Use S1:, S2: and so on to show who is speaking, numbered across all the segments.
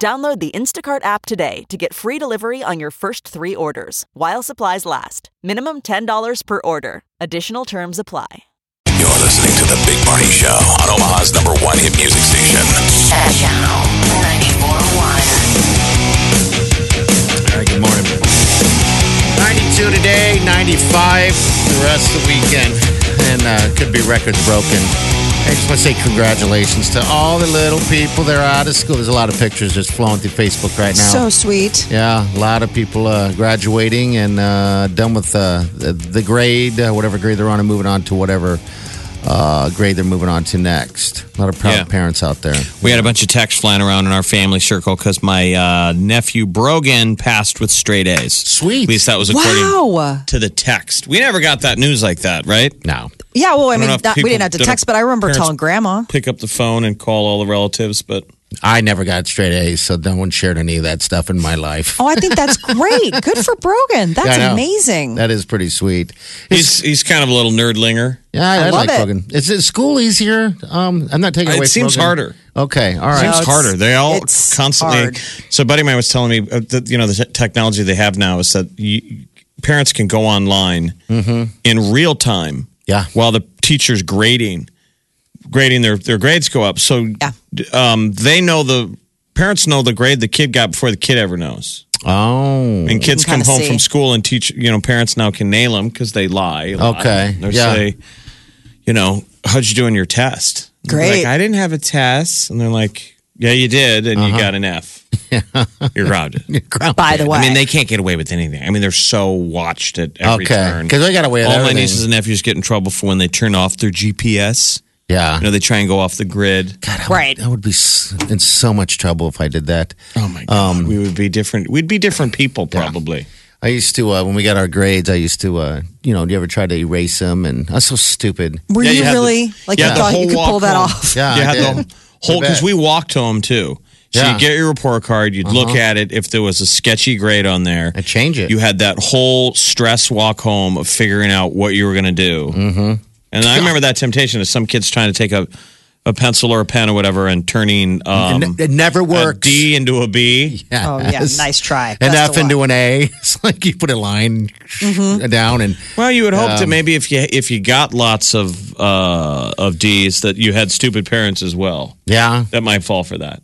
S1: Download the Instacart app today to get free delivery on your first three orders while supplies last. Minimum $10 per order. Additional terms apply.
S2: You're listening to The Big Party Show on Omaha's number one hit music station.
S3: At Channel 94.1.
S4: All right, good morning. 92 today, 95 the rest of the weekend, and uh, could be records broken. I just want to say congratulations to all the little people that are out of school. There's a lot of pictures just flowing through Facebook right now.
S5: So sweet.
S4: yeah, a lot of people uh, graduating and uh, done with uh, the- the grade, uh, whatever grade they're on, and moving on to whatever uh, grade they're moving on to next. A lot of proud
S6: Yeah.
S4: parents out there.
S6: We had a bunch of texts flying around in our family circle because my uh, nephew Brogan passed with straight A's.
S4: Sweet.
S6: At least that was according
S5: Wow.
S6: to the text. We never got that news like that, right?
S4: No.
S5: Yeah, well, I
S6: don't
S5: mean,
S6: know if
S5: that, we
S6: people
S5: didn't have to
S6: did a-
S5: text, but I remember
S6: parents-
S5: telling grandma.
S6: Pick up the phone and call all the relatives, but
S4: I never got straight A's, so no one shared any of that stuff in my life.
S5: Oh, I think that's great. Good for Brogan. That's
S4: I know.
S5: amazing.
S4: That is pretty sweet.
S6: he's he's kind of a little nerdlinger.
S4: Yeah, I, I,
S5: I love
S4: like
S5: it.
S4: Hogan. Is it school easier? Um, I'm not taking
S6: It
S4: away. from
S6: seems
S4: Hogan.
S6: harder.
S4: Okay, all right.
S5: No,
S6: It's
S5: it's-
S6: harder. They all
S5: it's
S6: constantly.
S5: hard.
S6: So, a buddy of mine was telling me uh, that you know the te- technology they have now is that you, parents can go online in real time.
S4: Yeah.
S6: While the teacher's grading, grading their their grades go up. So,
S5: Yeah.
S6: d- um, they know the parents know the grade the kid got before the kid ever knows.
S4: Oh,
S6: And kids
S5: can
S6: come
S5: kinda
S6: home
S5: see.
S6: from school and teach. You know, parents now can nail them because they lie. a lot.
S4: Okay.
S6: They're
S4: Yeah.
S6: say, you know, how'd you do in your test? And they're
S5: Great.
S6: Like, I didn't have a test, and they're like, Yeah, you did, and
S4: Uh-huh.
S6: you got an F. You're grounded.
S5: By the way,
S6: I mean, they can't get away with anything. I mean, they're so watched at every
S4: Okay.
S6: turn.
S4: 'Cause they got away with
S6: All my
S4: everything.
S6: nieces and nephews get in trouble for when they turn off their GPS.
S4: yeah.
S6: You know, they try and go off the grid.
S5: right.
S4: I would be s- in so much trouble if I did that.
S6: Oh my god,
S4: Um,
S6: we would be different. We'd be different people probably.
S4: I used to uh, when we got our grades. I used to, uh, you know, do you ever try to erase them? And I was so stupid.
S5: Were
S6: Yeah,
S5: you,
S6: you had the-
S5: really like
S6: you
S5: you
S6: had the
S5: thought you
S6: whole
S5: could pull
S6: walk
S5: that
S6: home.
S5: off?
S4: Yeah,
S6: you
S4: I
S6: had
S4: did.
S6: the whole
S4: I bet.
S6: because we walked home too. So
S4: Yeah.
S6: you get your report card, you'd look at it. If there was a sketchy grade on there,
S4: I'd change it.
S6: You had that whole stress walk home of figuring out what you were going to do. Mm-hmm. And I remember that temptation of some kids trying to take a, a pencil or a pen or whatever and turning um,
S4: It ne- it never
S6: a
S4: works.
S6: D into a B.
S4: Yes.
S5: Oh yeah, nice try.
S4: An F
S5: Best of luck. Mm-hmm.
S4: into an A. It's like you put a line down and
S6: Well, you would hope
S4: Um,
S6: that maybe if you if you got lots of uh, of D's that you had stupid parents as well
S4: yeah,
S6: that might fall for that.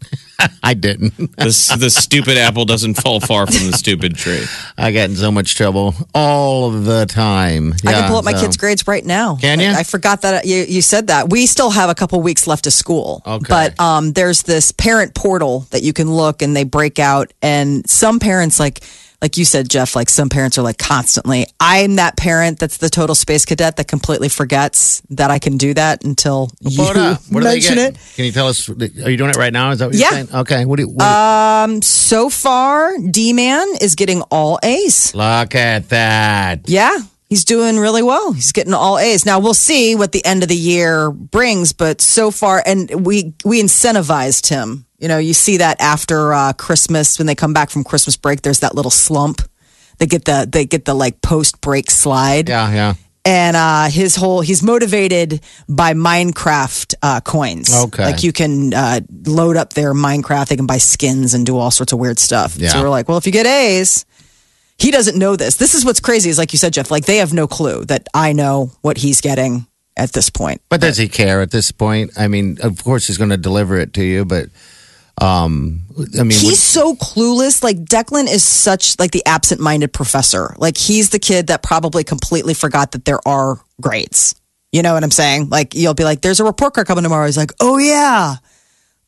S4: I didn't.
S6: the, the stupid apple doesn't fall far from the stupid tree.
S4: I got in so much trouble all of the time.
S5: I can pull up my
S4: so-
S5: kids' grades right now.
S4: Can ya?
S5: I, I forgot that you, you said that. We still have a couple weeks left of school.
S4: Okay.
S5: But um, there's this parent portal that you can look and they break out. And some parents, like like you said, Jeff, like some parents are like constantly. I'm that parent that's the total space cadet that completely forgets that I can do that until you
S4: Pull it up. What do they
S5: mention
S4: get?
S5: it.
S4: Can you tell us? Are you doing it right now? Is that what you're
S5: Yeah.
S4: saying? Okay. What do you? What
S5: Um, So far, D Man is getting all A's.
S4: look at that.
S5: Yeah, he's doing really well. He's getting all A's. Now we'll see what the end of the year brings, but so far, and we we incentivized him. You know, you see that after uh, Christmas when they come back from Christmas break, there's that little slump. They get the they get the like post break slide,
S4: Yeah, yeah.
S5: and uh, his whole he's motivated by Minecraft uh, coins.
S4: Okay.
S5: like you can uh, load up their Minecraft. They can buy skins and do all sorts of weird stuff.
S4: Yeah.
S5: So we're like, well, if you get A's, he doesn't know this. This is what's crazy is like you said, Jeff. Like they have no clue that I know what he's getting at this point.
S4: But does he care at this point? I mean, of course he's going to deliver it to you, but um, I mean,
S5: He's so clueless. Like Declan is such like the absent-minded professor. Like he's the kid that probably completely forgot that there are grades. You know what I'm saying? Like you'll be like, "There's a report card coming tomorrow." He's like, "Oh yeah,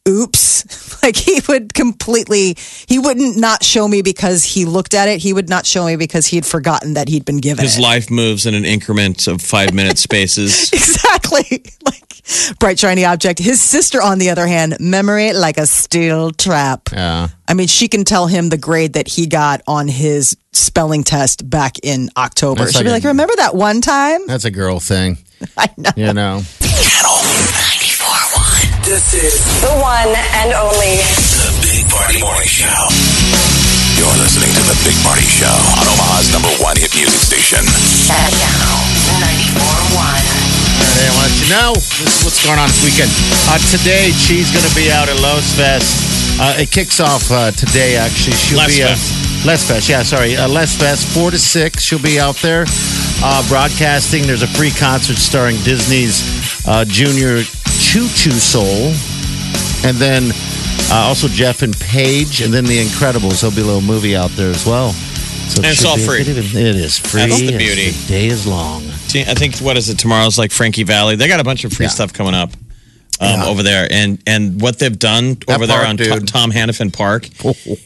S5: oops. Like he would completely, he wouldn't not show me because he looked at it. He would not show me because he had forgotten that he'd been given
S6: His
S5: it.
S6: life moves in an increment of five minute spaces.
S5: Exactly. Like bright, shiny object. His sister, on the other hand, memory like a steel trap.
S4: Yeah.
S5: I mean, she can tell him the grade that he got on his spelling test back in October.
S4: That's
S5: She'll be
S4: like
S5: like,
S4: a-
S5: remember that one time?
S4: That's a girl thing.
S5: I know.
S4: You know.
S3: Channel 941.
S2: This is
S7: The one and only.
S2: the Big Party Morning Show. You're listening to the Big Party Show on Omaha's number one hit music station.
S3: Channel 941.
S4: Alright, I want to know this is what's going on this weekend. Uh, today, she's going to be out at Los Fest. Uh, it kicks off uh, today, actually. She'll
S6: Les
S4: be uh,
S6: Fest.
S4: Les Fest. Yeah, sorry, uh, Les Fest, four to six. She'll be out there uh, broadcasting. There's a free concert starring Disney's uh, Junior Choo Choo Soul, and then uh, also Jeff and Paige, and then The Incredibles. There'll be a little movie out there as well. So it
S6: And it's
S4: should
S6: all
S4: be a
S6: free.
S4: good event. It is free.
S6: That's the
S4: It's-
S6: beauty.
S4: day is long.
S6: See, I think what is it? Tomorrow's like Frankie Valley. They got a bunch of free
S4: Yeah.
S6: stuff coming up um, over there, and and what they've done over there
S4: park,
S6: on
S4: dude.
S6: Tom, Tom Hannafin Park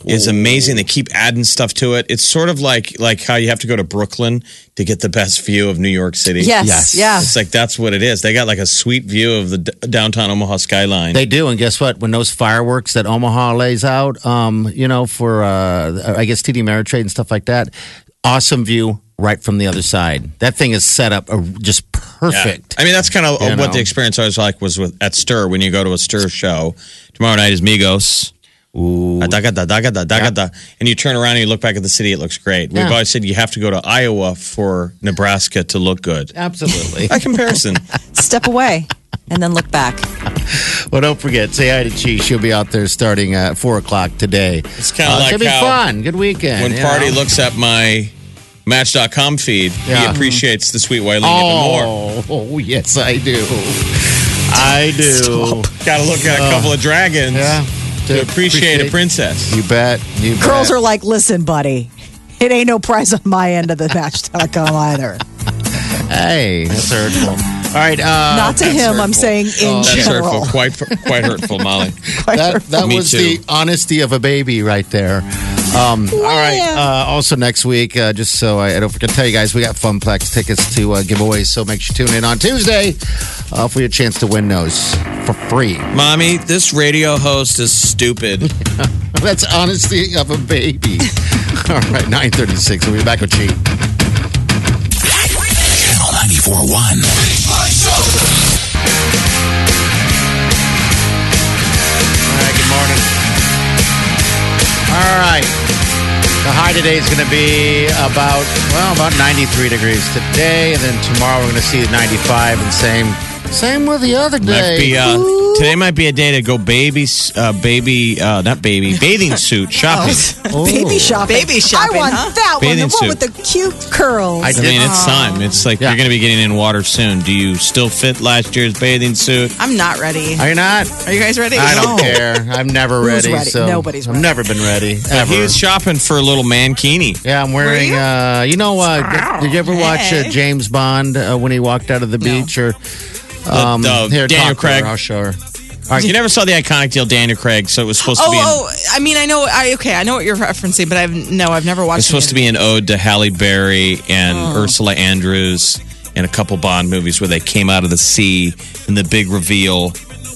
S6: is amazing. They keep adding stuff to it. It's sort of like like how you have to go to Brooklyn to get the best view of New York City.
S5: Yes.
S4: Yes.
S5: Yeah.
S6: It's like that's what it is. They got like a sweet view of the d- downtown Omaha skyline.
S4: They do, and guess what? When those fireworks that Omaha lays out, um, you know, for uh, I guess TD Ameritrade and stuff like that, awesome view right from the other side. That thing is set up uh, just
S6: Yeah.
S4: perfect.
S6: I mean, that's kind of
S4: You
S6: what
S4: know.
S6: the experience I was like was with at Stir when you go to a Stir show. Tomorrow night is Migos. Ooh. And you turn around and you look back at the city, it looks great. We've
S4: Yeah.
S6: always said you have to go to Iowa for Nebraska to look good.
S4: Absolutely.
S6: By comparison,
S5: Step away and then look back.
S4: well, don't forget, say hi to Chi. She'll be out there starting at four o'clock today.
S6: It's kinda like
S4: should Uh, be
S6: how
S4: fun. Good weekend.
S6: when
S4: you
S6: Party
S4: know?
S6: looks at my Match.com feed, he
S4: Yeah.
S6: appreciates the sweet Wileen even more.
S4: oh, oh, yes, I do. I do.
S6: Got to look at a couple of dragons
S4: Yeah.
S6: to appreciate, a princess.
S4: You bet. You
S5: Girls
S4: bet.
S5: are like, listen, buddy, it ain't no prize on my end of the match.com either.
S4: Hey, that's hurtful. All right. Uh,
S5: Not to
S4: that's
S5: him, I'm
S4: hurtful.
S5: saying in
S6: That's
S5: general.
S6: hurtful. Quite, quite hurtful, Molly.
S4: that that
S6: Me
S4: was
S6: too.
S4: the honesty of a baby right there. Um, all right. Uh, also next week, uh, just so I, I don't forget to tell you guys, we got Funplex tickets to uh, give away. So make sure you tune in on Tuesday uh, for your chance to win those for free.
S6: Mommy, this radio host is stupid.
S4: That's honesty of a baby. all right, nine thirty-six. We'll be back with Chief.
S2: Channel 941.
S4: All right, good morning. All right. The high today is going to be about, well, about 93 degrees today. And then tomorrow we're going to see 95 and same. Same with the other
S6: Might
S4: day.
S6: be, uh, today might be a day to go baby, uh, baby, uh, not baby, bathing suit shopping.
S4: Oh.
S5: Baby shopping. Baby shopping. I want that one,
S6: Bathing
S5: the one
S6: suit.
S5: with the cute curls.
S4: I
S6: I
S4: did.
S6: mean, it's time. It's like
S4: Yeah.
S6: you're going to be getting in water soon. Do you still fit last year's bathing suit?
S8: I'm not ready.
S4: Are you not?
S8: Are you guys ready?
S4: I don't care. I'm never
S5: Who's
S4: ready.
S5: ready?
S4: So
S5: Nobody's
S4: I've
S5: ready.
S4: never been ready. Ever.
S6: He was shopping for a little mankini.
S4: yeah, I'm wearing.
S8: you?
S4: Uh, you know, uh, did you ever watch uh,
S8: Hey.
S4: James Bond uh, when he walked out of the beach? Or
S6: Um, the,
S4: here, talk
S6: Daniel
S4: to her.
S6: Craig.
S4: I'll show her.
S6: You never saw the iconic deal Daniel Craig, so it was supposed to
S8: Oh,
S6: be. An,
S8: oh, I mean, I know. I okay, I know what you're referencing, but I've no, I've never watched.
S6: It's supposed to be an ode to Halle Berry and
S8: Oh.
S6: Ursula Andrews and a couple Bond movies where they came out of the sea and the big reveal,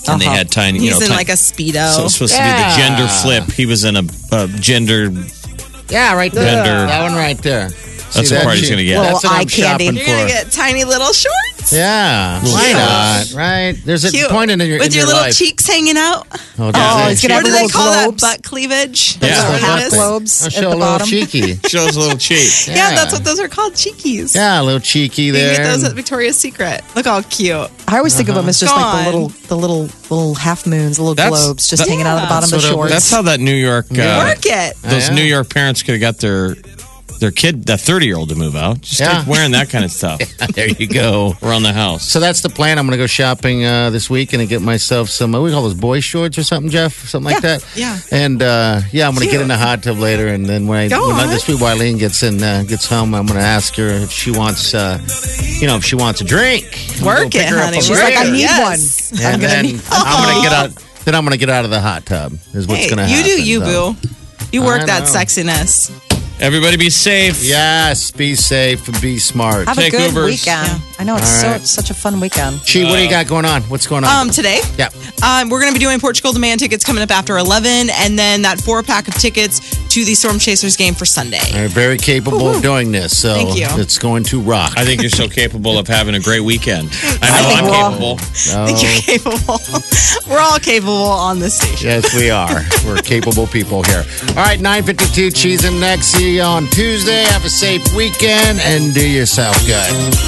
S6: and they had tiny. you
S8: Uh-huh. He's
S6: know,
S8: in
S6: tiny,
S8: like a speedo.
S6: So it's supposed
S4: Yeah.
S6: to be the gender flip. He was in a, a gender.
S4: Yeah, right there.
S6: Bender.
S4: That one right there.
S6: That's the part he's gonna get.
S4: That's what
S5: Little
S4: I'm
S5: eye candy.
S4: shopping
S8: you're gonna
S4: for.
S8: get tiny little shorts.
S4: Yeah, why not? Right? There's a
S8: Cute.
S4: point in your,
S8: with
S4: in
S8: your, little
S4: life.
S8: cheeks hanging out.
S4: Oh,
S5: Oh, it's
S4: that's it.
S5: gonna have
S8: What do
S5: the
S8: they
S5: little
S8: call
S5: globes.
S8: that? Butt cleavage. That's
S6: Yeah.
S8: what
S4: Half
S8: it is.
S5: globes.
S4: I'll
S5: at
S4: show
S5: the
S4: a little
S5: bottom.
S4: cheeky.
S6: Shows a little cheek.
S8: Yeah. that's what those are called, cheekies.
S4: Yeah, a little cheeky
S8: You
S4: there.
S8: can get those at Victoria's Secret. Look all cute.
S5: I always think of them as just
S8: Go
S5: like
S8: on.
S5: the little, the little, little half moons, the little
S6: Uh-huh. That's-
S5: globes, just
S6: that-
S5: hanging out at the bottom of the
S4: That's what
S5: shorts.
S4: it-
S6: That's how that New York. Uh,
S8: Work it.
S6: those
S4: Yeah.
S6: New York parents could have got their their kid, that thirty year old, to move out. Just
S4: Yeah.
S6: start wearing that kind of stuff
S4: there you go.
S6: around the house.
S4: So that's the plan. I'm going to go shopping uh, this weekend and get myself some. What do we call those boy shorts or something, Jeff? Something like that.
S8: yeah.
S4: And uh, yeah, I'm going to get in the hot tub later, and then when I
S8: Go
S4: when I,
S8: on.
S4: this week Wileen gets in uh, gets home, I'm going to ask her if she wants, uh, you know, if she wants a drink. I'm gonna
S8: Work
S4: go pick
S8: it,
S4: her up
S8: honey.
S4: a
S8: She's
S5: She's like, I
S4: beer.
S5: need
S8: Yes.
S5: one.
S4: And
S5: I'm gonna
S4: then
S5: need.
S4: I'm going to get a Then I'm going to get out of the hot tub, is what's
S8: Oh. Hey,
S4: going to
S8: you
S4: happen.
S8: do you,
S4: so.
S8: boo. You work
S4: I
S8: that
S4: know.
S8: sexiness.
S6: Everybody be safe.
S4: Yes, be safe and be smart.
S5: Have
S6: Take
S5: a good
S6: Ubers.
S5: weekend. I know it's so such a fun weekend.
S4: Chi, what do you got going on? What's going on?
S8: Um, today,
S4: yeah.
S8: um, we're going to be doing Portugal demand tickets coming up after 11, and then that four pack of tickets to the Storm Chasers game for Sunday.
S4: They're very capable of doing this, so
S8: Thank you.
S4: it's going to rock.
S6: I think you're so capable of having a great weekend. I know
S5: think
S6: I'm
S5: we're all-
S6: capable.
S8: I think
S4: Oh.
S8: you're capable. we're all capable on this station.
S4: Yes, we are. We're capable people here. All right, 952 Cheese and Next. See you on Tuesday. Have a safe weekend and do yourself good.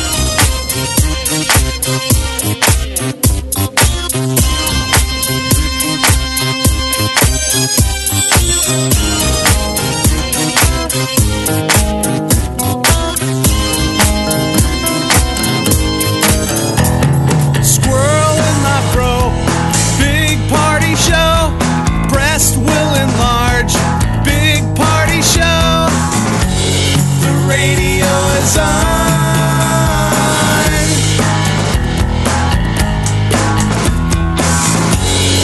S7: Squirrel in my fro. Big party show. Breast will enlarge. Big party show. The radio is on.